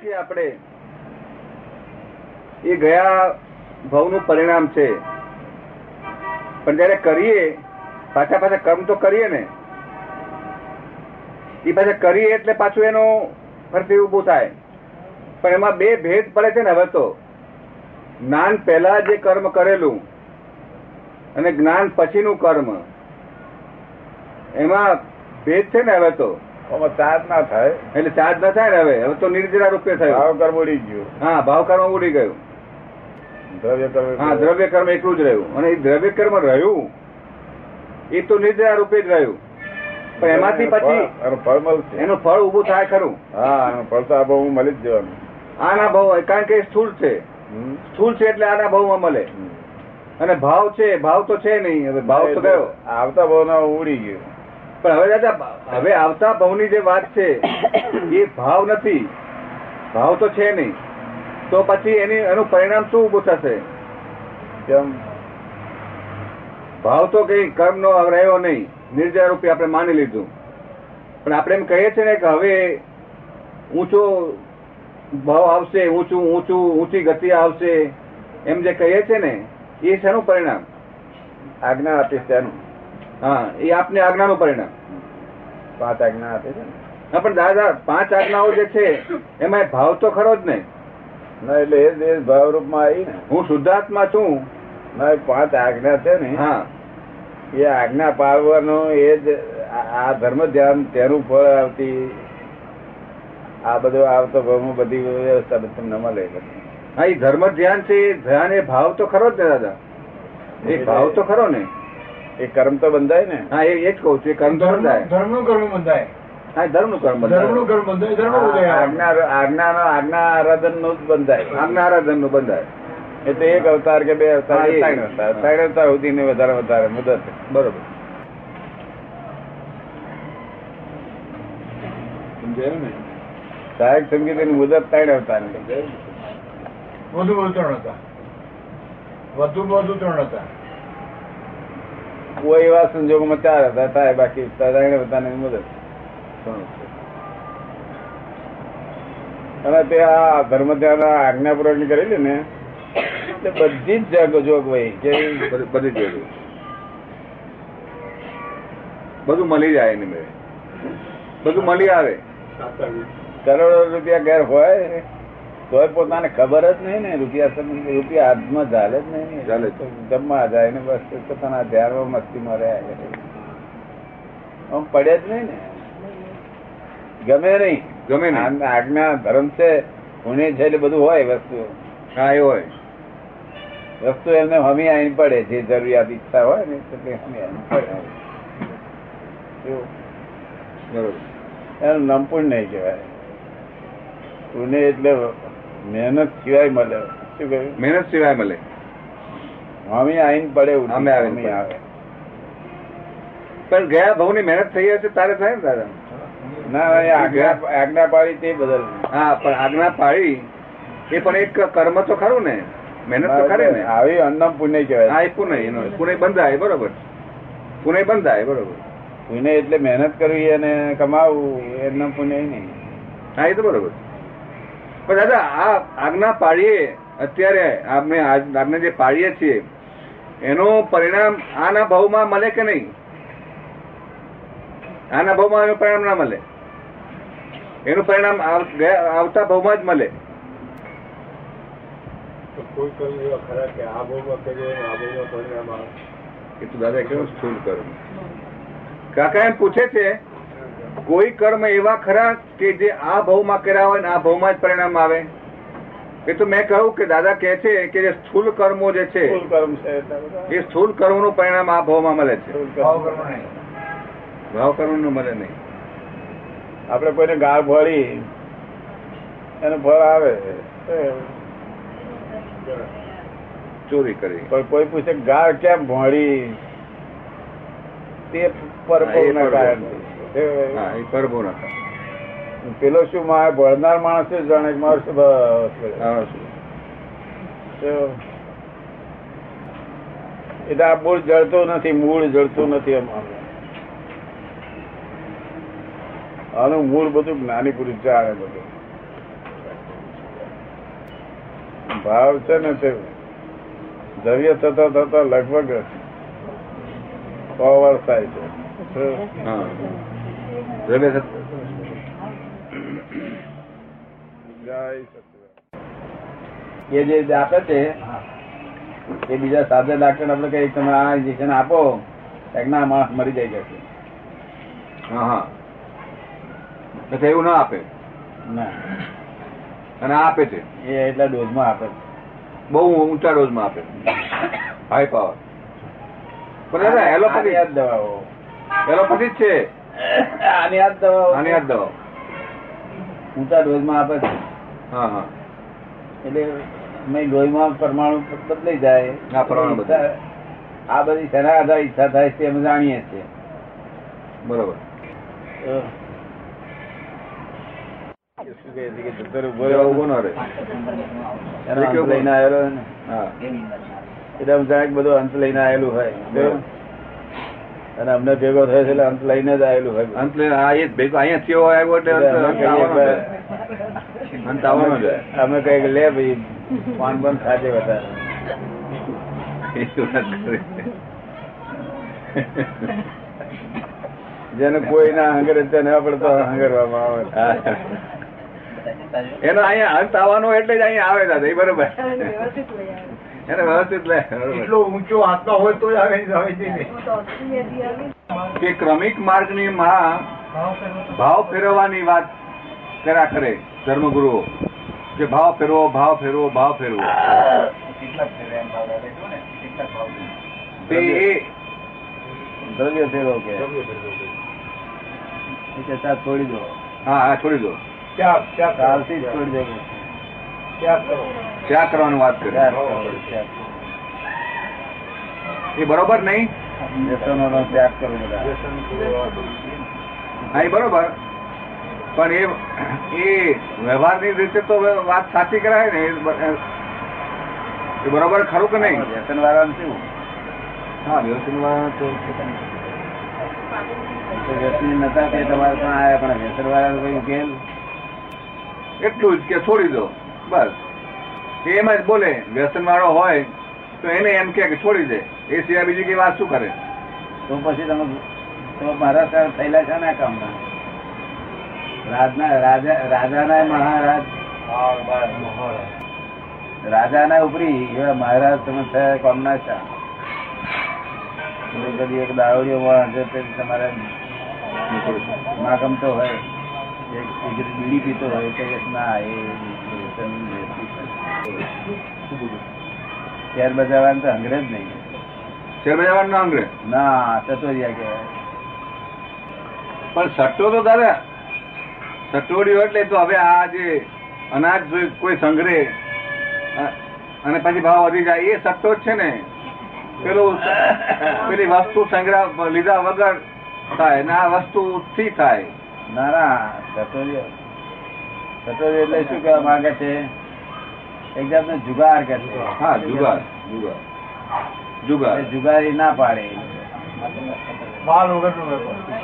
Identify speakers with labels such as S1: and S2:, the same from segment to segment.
S1: છીએ આપણે એ ગયા ભવનું પરિણામ છે પણ જયારે કરીએ પાછા પાછા કર્મ તો કરીએ ને એ પાછા કરીએ એટલે પાછું એનું ફરતી ઊભું થાય પણ એમાં બે ભેદ પડે છે ને હવે તો જ્ઞાન પહેલા જે કર્મ કરેલું અને જ્ઞાન પછીનું કર્મ એમાં ભેદ છે ને હવે તો
S2: આમાં ચાર્જ ના થાય
S1: એટલે ચાર્જ ન થાય ને હવે હવે તો નિર્જરા રૂપે થયું
S2: ભાવ કર્મ ઉડી ગયો
S1: હા ભાવ કર્મ ઉડી ગયું
S2: દ્રવ્ય કર્મ
S1: હા દ્રવ્ય કર્મ એકલું જ રહ્યું અને એ દ્રવ્ય કર્મ રહ્યું એ તો નિર્જરા રૂપે જ રહ્યું પણ એમાંથી પછી
S2: એનું ફળ મળશે
S1: એનું ફળ ઉભું થાય ખરું
S2: હા એનું ફળ તો આ બહુ મળી જ જવાનું
S1: આના ભાવ કારણ કે એ સ્થૂળ છે
S2: હમ.
S1: સ્થૂળ છે એટલે આના ભાવમાં મળે
S2: હમ.
S1: અને ભાવ છે ભાવ તો છે નહીં હવે ભાવ તો ગયો
S2: આવતા ભાવ ના ઉડી ગયો
S1: પણ હવે દાદા હવે આવતા ભાવની જે વાત છે એ ભાવ નથી ભાવ તો છે નહીં તો પછી એની એનું પરિણામ શું ઉભું થશે
S2: કેમ
S1: ભાવ તો કઈ કર્મનો રહ્યો નહીં નિર્જરા રૂપે આપણે માની લીધું પણ આપણે એમ કહીએ છીએ ને કે હવે ઊંચો ભાવ આવશે ઊંચું ઊંચું ઊંચી ગતિ આવશે એમ જે કહીએ છીએ ને એ શેનું પરિણામ
S2: આજ્ઞા આપીશ તેનું
S1: હા એ આપને આજ્ઞાનું પરિણામ
S2: પાંચ આજ્ઞા આપે છે ને
S1: હા પણ દાદા પાંચ આજ્ઞાઓ જે છે એમાં ભાવ તો ખરો જ ને
S2: ના એટલે એ જ- એ જ ભાવરૂપમાં આવી ને
S1: હું શુદ્ધાત્મા છું
S2: ના એ પાંચ આજ્ઞા છે ને
S1: હા
S2: એ આજ્ઞા પાળવાનો એ જ આ આ ધર્મ ધ્યાન તેનું ફળ આવતી આ બધું આવતો ભાવમાં બધી વ્યવસ્થા બધી તમને મળે બધી.
S1: હા એ ધર્મ ધ્યાન છે એ ધ્યાન એ ભાવ તો ખરો જ ને દાદા એ ભાવ તો ખરો ને
S2: એ કર્મ તો બંધાય ને
S1: હા એ એ જ કહું છું એ કર્મ તો
S3: ધર્મ-
S1: બંધાય
S3: ધર્મનું કર્મ બંધાય
S1: હા ધર્મનું કર્મ
S3: ધર્મનું
S1: બંધાય
S3: કર્મ બંધાય ધર્મ ઉદય આવે.
S2: આજ્ઞા આજ્ઞાનો આજ્ઞા આરાધન નું જ બંધાય
S1: આજ્ઞા આરાધનનું બંધાય
S2: એટલે એક અવતાર કે બે અવતાર
S1: હા,
S2: કે
S1: એ.
S2: ત્રણ અવતાર ત્રણ અવતાર સુધીની વધારે વધારે મુદત
S1: બરોબર
S2: સહાયક સંગીતની મુદત ત્રણ અવતારની
S3: વધુ વધુ ત્રણ હતા વધુ વધુ ત્રણ હતા
S2: કોઈ એવા સંજોગોમાં ચાર હતા થાય બાકી ત્રણ અવતારની મુદત અને તે આ ધર્મ ધ્યાન આજ્ઞાપૂર્વક ની કરેલી ને તે બધી જ જાગ જોગવાઈ કેવી?
S1: બધું- બધું જ જોયું. બધું મળી જાય એની મેળે બધું મળી આવે
S2: કરોડો રૂપિયા ઘેર હોય તોય પોતાને ખબર જ નહીં ને રૂપિયા સમ- રૂપિયા હાથમાં ચાલે જ નહીં ને.
S1: ચાલે જ.
S2: તો જમવા જાય ને બસ તો પોતાના ધ્યાનમાં મસ્તીમાં રહે આમ પડે જ નહીં ને ગમે નહીં
S1: ગમે ને
S2: આ- આજ્ઞા ધર્મ છે ઉને છે એટલે બધું હોય વસ્તુ
S1: હા એ હોય
S2: વસ્તુ એમને હમી આવીને પડે જે જરૂરિયાત ઈચ્છા હોય ને તો તે હમી આવીને પડે એવું.
S1: બરોબર
S2: એનું નામ પણ નહીં કહેવાય પુણ્ય એટલે મહેનત સિવાય મળે શું કહ્યું
S1: મહેનત સિવાય મળે
S2: હમી આવીને પડે એવું
S1: હમી આવીને
S2: હમી આવે
S1: પણ ગયા ભાવની મહેનત થઈ હશે તારે થાય ને દાદા
S2: ના એ આજ્ઞા આજ્ઞા પાડી તે બદલ
S1: હા પણ આજ્ઞા પાળી એ પણ એક કર્મ તો ખરું ને મહેનત તો ખરી ને
S2: આવી અન્નમ પુણ્ય
S1: હા
S2: કહેવાય
S1: એ પુનઃ એનો પુનઃ બંધાય બરોબર પુનઃ બંધાય બરોબર
S2: પુણ્ય એટલે મહેનત કરવી અને કમાવું એ અન્નમ પુણ્ય નહીં
S1: હા એ તો બરોબર પણ દાદા આ આજ્ઞા પાળીએ અત્યારે આપણે આજ- આજ્ઞા જે પાળીએ છીએ એનું પરિણામ આના ભાવમાં મળે કે નહીં આના ભાવમાં એનું પરિણામ ના મળે એનું પરિણામ આવ- ગયા- આવતા ભાવમાં જ મળે
S3: કોઈ કર્મ એવા ખરા કે આ ભાવમાં કરીએ આ ભાવમાં પરિણામ આવે
S1: એ તો દાદા કેવું સ્થૂળ કર્મ કાકા એમ પૂછે છે કોઈ કર્મ એવા ખરા કે જે આ ભાવમાં કર્યા હોય ને આ ભાવમાં જ પરિણામ આવે એ તો મેં કહ્યું કે દાદા કહે છે કે જે સ્થૂલ કર્મો જે છે
S2: સ્થૂળ કર્મ છે એટલા બધા.
S1: એ સ્થૂલ કર્મનું પરિણામ આ ભાવમાં મળે છે
S2: સ્થૂળ કર્મ.
S3: ભાવ કર્મ નહીં
S1: ભાવ કર્મનું મળે નહીં
S2: આપણે કોઈને ગાળ ભળી એનું ફળ આવે
S1: ચોરી કરી
S2: પણ કોઈ પૂછે ગાળ કેમ ભળી તે
S1: હા,
S2: પરપોના
S1: એ હા
S2: કારણે
S1: એ કરવો ના થાય.
S2: પેલો શું મારે ભણનાર માણસ જ જાણે કે મારો શું ભાવ છે.
S1: હા, શું?
S2: તો એટલે આ મૂળ જળતું નથી મૂળ જળતું નથી અમારું આનું મૂળ બધું જ્ઞાની પુરુષ જાણે બધું ભાવ છે ને તે દ્રવ્ય થતા થતા લગભગ સો વર્ષ થાય છે શું?
S1: હા દ્રવ્ય સત-
S2: જય સચિદાન
S1: એ જે આપે છે એ બીજા સાધે ડાક્ટર આપણે કહીએ કે તમે આ ઇન્જેક્શન આપો
S2: એક ના માણસ મરી જાય છે
S1: હા હા એટલે એવું ના આપે
S2: ના
S1: અને આ આપે છે
S2: એ એટલા ડોઝમાં આપે છે.
S1: બહુ ઊંચા ડોઝમાં આપે હાઈ પાવર પણ દાદા
S2: આની આ
S1: એલોપેથી
S2: જ દવાઓ
S1: એલોપેથી જ છે
S2: આની આ જ દવાઓ
S1: આની આ જ દવાઓ
S2: ઊંચા ડોઝમાં આપે છે
S1: હા હા
S2: એટલે મેં લોહીમાં પરમાણુ બદલાઈ જાય
S1: હા, પરમાણુ બદલાય.
S2: આ બધી શેના આધારે ઈચ્છા થાય છે તે અમે જાણીએ છીએ
S1: બરોબર
S2: શું કહે છે કે જતર ઉભો
S1: બોલે
S2: રહ્યો
S1: ઉભો ન રહે
S2: એનો
S1: એ કેવું
S2: અંત લઈને
S1: બોલે?
S2: આવેલો હોય ને.
S1: હા
S2: એટલે આમ જાણે કે બધું અંત લઈને આવેલું હોય
S1: બરાબર.
S2: અને અમને ભેગો થયો છે એટલે અંત લઈને જ આવેલું હોય
S1: અંત લે- હા એ જ ભેગો અહીંયા થયો આવ્યો એટલે અંત- અંત
S2: એટલે અમે
S1: આવવાનો
S2: કહીએ
S1: છે. અંત આવવાનો છે.
S2: અમે કઈ કે લે ભાઈ પાન પાન ખાજે વધારે
S1: એ વાત કરે છે.
S2: જેને કોઈ ના હંગરે તેને આપણે તો હંગરવામાં આવે
S1: હા. એનો અહીંયા અંત આવવાનો એટલે જ અહીંયા આવે દાદા એ બરોબર
S4: વ્યવસ્થિત લઈ આવે.
S1: એને વ્યવસ્થિત લે બરોબર
S3: એટલો ઊંચો આત્મા હોય તો આવે આવે છે ને.
S4: હું તો અડધી યાદી આવી.
S1: કે ક્રમિક માર્ગની માં ભાવ ફેરવવાની વાત કર્યા કરે ધર્મગુરુઓ કે ભાવ ફેરવો ભાવ ફેરવો ભાવ ફેરવો તે એ
S2: દ્રવ્ય ફેરો કે એ કે સાહેબ છોડી દો
S1: હા હા છોડી દો
S3: ત્યાગ ત્યાગ કરો.
S2: કાલથી જ છોડી દો
S3: ત્યાગ કરો
S1: ત્યાગ કરવાની વાત કરે
S2: ત્યાગ કરો, ત્યાગ કરો.
S1: એ બરોબર નહીં
S2: વ્યસનોનો ત્યાગ કરો બધા
S1: હા એ બરોબર પણ એ એ વ્યવહારની રીતે તો વાત સાચી કરાય ને એ બ- એ બરોબર ખરું કે નહીં
S2: વ્યસન વાળાનું શું
S1: હા વ્યવસ્થિત તો
S2: તો વ્યસની નતા તે તમારે પણ આયા પણ વ્યસન વાળાનું કોઈ ઉકેલ
S1: એટલું જ કે છોડી દો બસ એ એમ જ બોલે વ્યસન વાળો હોય તો એને એમ કે કે છોડી દે એ સિવાય બીજી કઈ વાત શું કરે
S2: તો પછી તમે તો મારા સર થયેલા છે ના કામના રાજના રાજા રાજાના મહારાજ રાજાના ઉપરી એવા મહારાજ તમે થયા કોમના છે કદી એક દાવડીઓ વાળા છે તમારે ના ગમતો હોય એક સિગરેટ બીડી પીતો હોય તો કે ના એ વ્યસન વ્યસની છે. શેર બજાવવાનું તો હંગરે જ નહીં
S1: શેર બજાર ના અંગ્રેજ
S2: ના સટોરિયા કહેવાય
S1: પણ સટ્ટો તો દાદા સટોડિયો એટલે તો હવે આ જે અનાજ જો કોઈ સંગ્રહે અ- અને પછી ભાવ વધી જાય એ સટ્ટો જ છે ને પેલું પેલી વસ્તુ સંગ્રહ લીધા વગર થાય ને આ વસ્તુ થી થાય
S2: ના ના સટોરિયા સટોરિયો એટલે શું કહેવા માંગે છે એક જાતનો જુગાર કે છે
S1: હા જુગાર જુગાર જુગાર
S2: એ જુગારી ના પાડે
S3: માલ વગરનો વેપાર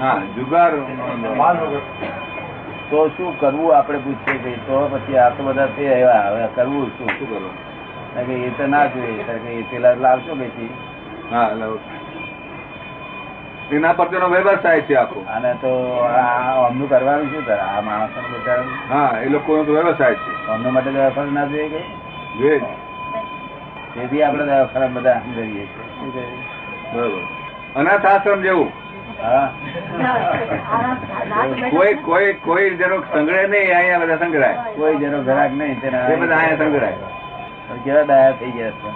S1: હા જુગાર
S3: માલ વગર
S2: તો શું કરવું આપણે પૂછીએ કે તો પછી આ તો બધા તે આવ્યા હવે કરવું શું
S1: શું કરો
S2: કારણ કે એ તો ના જોઈએ કારણ કે એ પેલા લાવશો બેથી
S1: હા એટલે એના પરતેનો વ્યવસાય છે આખો
S2: અને તો આ અમનું કરવાનું શું તારે આ માણસને બચાવવાનું
S1: હા એ લોકોનો તો વ્યવસાય છે
S2: અમને માટે દવાખાનું ના જોઈએ કે
S1: જોઈએ જ.
S2: તેથી આપણે દવાખાના બધા કરીએ છીએ શું કરીએ?
S1: બરોબર અનાથ આશ્રમ જેવું
S2: હા
S4: આ નાથ બેઠા
S1: કોઈ
S4: છે.
S1: કોઈ કોઈ જેનો સંગ્રહ નહીં અહીંયા બધા સંગ્રહાય
S2: કોઈ જેનો ઘરાક નહીં તેના
S1: એ બધા અહીંયા સંગ્રહાય
S2: પણ કેવા ડાયા થઈ ગયા છે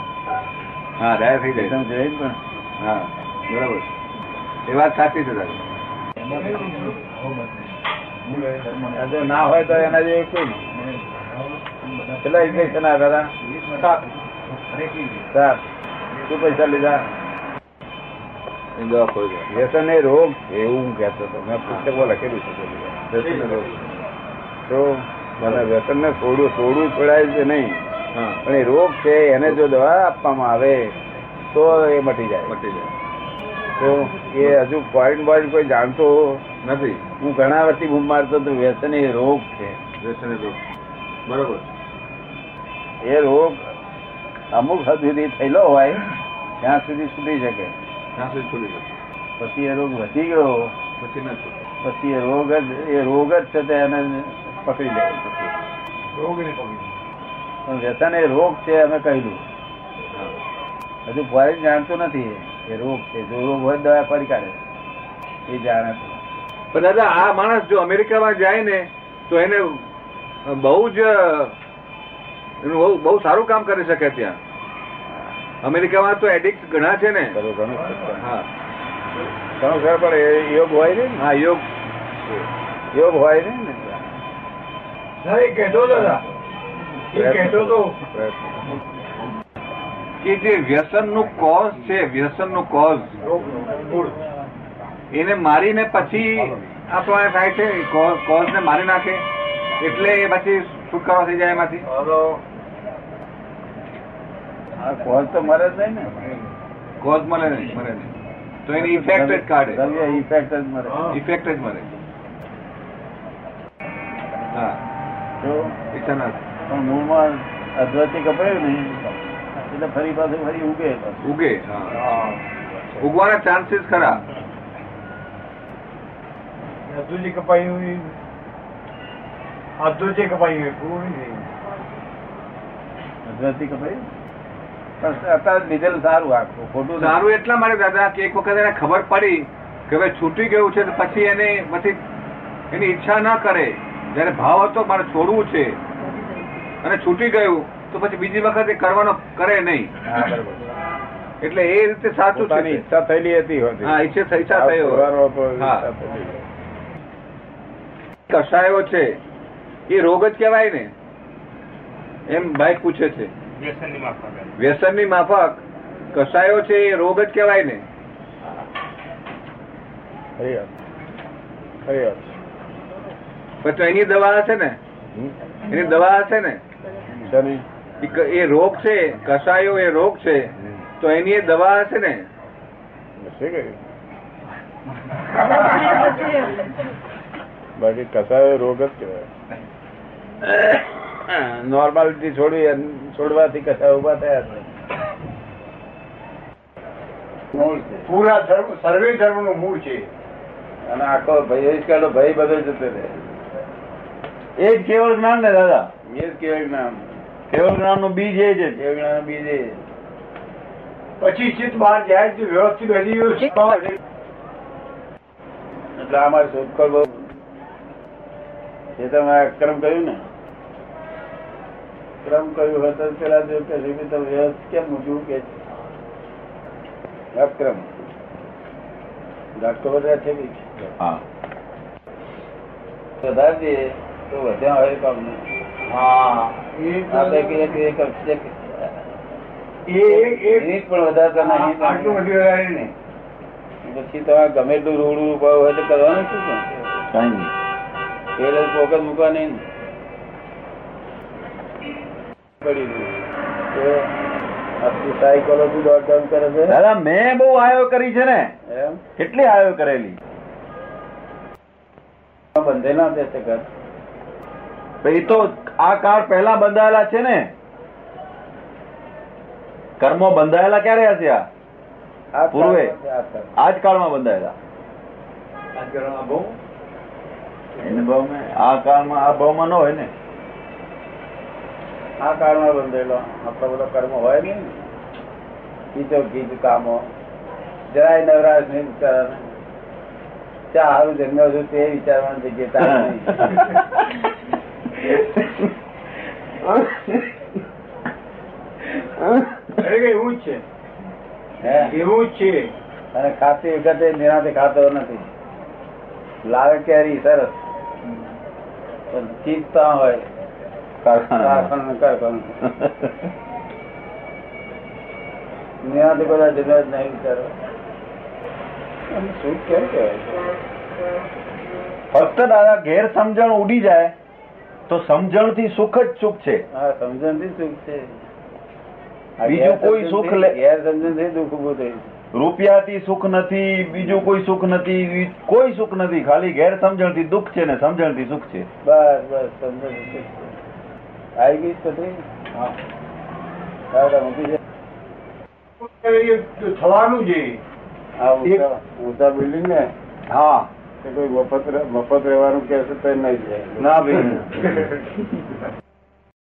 S1: હા ડાયા થઈ
S2: તમે
S1: જાય
S2: જોયું ને પણ
S1: હા બરોબર એ વાત સાચી છે તારી
S2: આ જો ના હોય તો એના જેવું કોઈ નહીં કેટલા ઇન્જેક્શન આવ્યા હતા સાત શું પૈસા લીધા
S1: એ દવા ખોઈ જાય.
S2: વ્યસન એ રોગ છે એવું હું કહેતો હતો મેં પુસ્તકો લખેલું છે બધું. વ્યસન એ રોગ છે. તો મને વ્યસન ને છોડવું છોડવું છોડાય છે નહીં
S1: હા
S2: પણ એ રોગ છે એને જો દવા આપવામાં આવે તો એ મટી જાય
S1: મટી જાય
S2: તો એ હજુ પોઈન્ટ બોઈન્ટ કોઈ જાણતો
S1: નથી
S2: હું ઘણા વર્ષથી બૂમ મારતો હતો વ્યસન એ રોગ છે
S1: વ્યસન એ રોગ. બરોબર
S2: એ રોગ અમુક હદ સુધી થયેલો હોય ત્યાં સુધી છૂટી શકે
S1: ત્યાં સુધી છોડી દો
S2: પછી એ રોગ વધી ગયો
S1: પછી ના છૂટે
S2: પછી એ રોગ જ એ રોગ જ છે તે એને પકડી લે
S3: રોગ એને પકડી
S2: પણ વ્યસન એ રોગ છે અમે કહેલું
S1: હા.
S2: હજુ ફોરેન જાણતું નથી એ રોગ છે જો રોગ હોય તો દવા ફરી કાઢે એ જાણે છે
S1: પણ દાદા આ માણસ જો અમેરિકામાં જાય ને તો એને બહુ જ એનું બહુ બહુ સારું કામ કરી શકે ત્યાં અમેરિકામાં તો એડિક્ટ ઘણા છે ને
S2: કરો ઘણું ખરું.
S1: હા
S2: ઘણું ખરું પણ એ યોગ હોય ને
S1: હા યોગ
S2: યોગ હોય ને
S3: ના એ કહેતો હતો દાદા એ કહેતો હતો
S2: પ્રયત્ન.
S1: કે જે વ્યસન નું કોઝ છે વ્યસન નું કોઝ
S3: રોગનું મૂળ
S1: એને મારીને પછી અથવા થાય છે કોઝ ને મારી નાખે એટલે એ પછી છુટકારો થઈ જાય એમાંથી
S3: હાલો
S2: આ કોલ તો મરે જ નહીં ને
S1: કોઝ મળે નહીં મળે નહીં તો એની ઇફેક્ટ જ કાઢે
S2: દ્રવ્ય ઇફેક્ટ જ મરે
S3: હા.
S1: ઇફેક્ટ જ મળે હા
S2: જો
S1: ઇથેનોલ.
S2: પણ મૂળમાં અદ્વૈતી કપાયું નહીં એટલે ફરી પાછું ફરી ઉગે પાછું.
S1: ઉગે હા
S3: હા
S1: ઉગવાના ચાન્સીસ ખરા
S3: અધુ જે કપાયું હોય અધુ જે કપાયું હોય પૂરું નહીં
S2: અદ્વૈતી કપાયું પણ અત્યારે લીધેલ સારું આખું ખોટું નહીં.
S1: સારું એટલા માટે દાદા કે એક વખત એને ખબર પડી કે હવે છૂટી ગયું છે તો પછી એને પછી એની ઈચ્છા ના કરે જ્યારે ભાવ હતો મારે છોડવું છે અને છૂટી ગયું તો પછી બીજી વખત એ કરવાનો કરે નહીં
S2: હા, બરોબર.
S1: એટલે એ રીતે સાચું
S2: પોતાની
S1: છે
S2: ઈચ્છા થયેલી હતી હોતી.
S1: હા ઈચ્છે થઈ
S2: આ
S1: થયો
S2: પુરાવો પર
S1: હા.
S2: ઈચ્છા થયેલી.
S1: કસાયો છે એ રોગ જ કહેવાય ને એમ ભાઈ પૂછે છે વ્યસનની માફક કસાયો છે એ રોગ જ કહેવાય ને
S2: ખરી વાત. ખરી વાત.
S1: પણ તો એની દવા હશે ને
S2: હમ.
S1: એની દવા હશે ને
S2: શેની?
S1: એ ક- એ રોગ છે કસાયો એ રોગ છે
S2: હમ.
S1: તો એની એ દવા હશે ને
S2: શું કહ્યું?
S4: બરાબર
S2: બાકી કસાયો રોગ જ કહેવાય નોર્માલિટી છોડવી અને છોડવાથી કસાય ઉભા થયા જ નહીં.
S3: પૂરા ધર્મ સર્વે ધર્મનું મૂળ છે
S2: અને આખો ભય જ કાઢો ભય બધો જતો રહે એ જ કેવળ જ્ઞાન ને દાદા એ જ કેવળ જ્ઞાન કેવળ જ્ઞાન નું બીજ એ છે કેવળ જ્ઞાન નું બીજ એ છે.
S3: પછી ચિત્ત બહાર જાય તો વ્યવસ્થિત હજી વ્યવસ્થિત
S2: એટલે અમારે શોધખોળ બહુ એ તમે અક્રમ કહ્યું ને અક્રમ કહ્યું હોય તો પેલા જો કે રીમી તમે વ્યવસ્થિત કેમ મૂક્યું કે છે? અક્રમ ડોક્ટર બધા છે બી. વધારે દઈએ તો વધ્યા હોય કામ નહીં.
S3: હા એ તો-
S2: આપણે કહીએ કે એક એક
S3: એ એક- એક
S2: મિનિટ પણ વધારતા નહીં તમે.
S3: આટલું બધું વધારે નહીં
S2: પછી તમારે ગમે એટલું રૂડું ઉભા હોય તો કરવાનું શું કઈ નહીં ફોકસ મૂકવા નહીં ને. પડી ગયું. તો આખી psychology lockdown કરે છે
S5: દાદા મેં બહુ આયો કરી છે ને
S2: એમ
S5: કેટલી આયો કરેલી
S2: બંધે ના બેસે ઘર.
S5: ભઈ એ તો આ કાળ પહેલા બંધાયેલા છે ને કર્મો બંધાયેલા ક્યારે હશે આ પૂર્વે.
S2: આ કાળ આ કાળ.
S5: આ જ કાળમાં બંધાયેલા એને ભાવમાં આ કાળમાં આ ભાવમાં ન હોય ને
S2: આ કાળમાં બંધેલો આપણો બધો કર્મ હોય નહીં ને. ખીચો ખીચ કામો જરાય નવરાશ નહીં વિચારવાના ચા હારું જન્મ્યો છું તે વિચારવાની જગ્યાએ તાકાત નહીં.
S3: એટલે એવું જ
S2: હે?
S3: છે એવું જ છે
S2: અને ખાતી વખતે નિરાંતે ખાતો નથી લાવે કેરી સરસ પણ ચીજતા હોય
S5: કારખાના
S2: કારખાનું કારખાનું. નિરાંતે બધા જુદા જ નહીં વિચારો આમ સુખ કેમ કહેવાય?
S5: ફક્ત દાદા ગેર સમજણ ઉડી જાય તો સમજણ થી સુખ જ સુખ છે
S2: હા સમજણથી સુખ છે આ
S5: બીજું કોઈ
S2: ગેરસમજણથી-
S5: સુખ લે-
S2: ગેરસમજણથી દુઃખ ઊભું થયું છે.
S5: રૂપિયાથી સુખ નથી બીજું કોઈ સુખ નથી બી- કોઈ સુખ નથી ખાલી ગેર સમજણ થી દુઃખ છે ને સમજણ થી સુખ છે
S2: બસ બસ સમજણથી સુખ છે. આવી ગઈ જ પતરી? હા દાદા મૂકી દે.
S3: એ થવાનું છે
S2: આ ઊંચા ઊંચા બિલ્ડિંગ ને
S5: હા
S2: તે કોઈ મફત રે- મફત રહેવાનું કહેશે તો એ નહીં જાય
S5: ના ભાઈ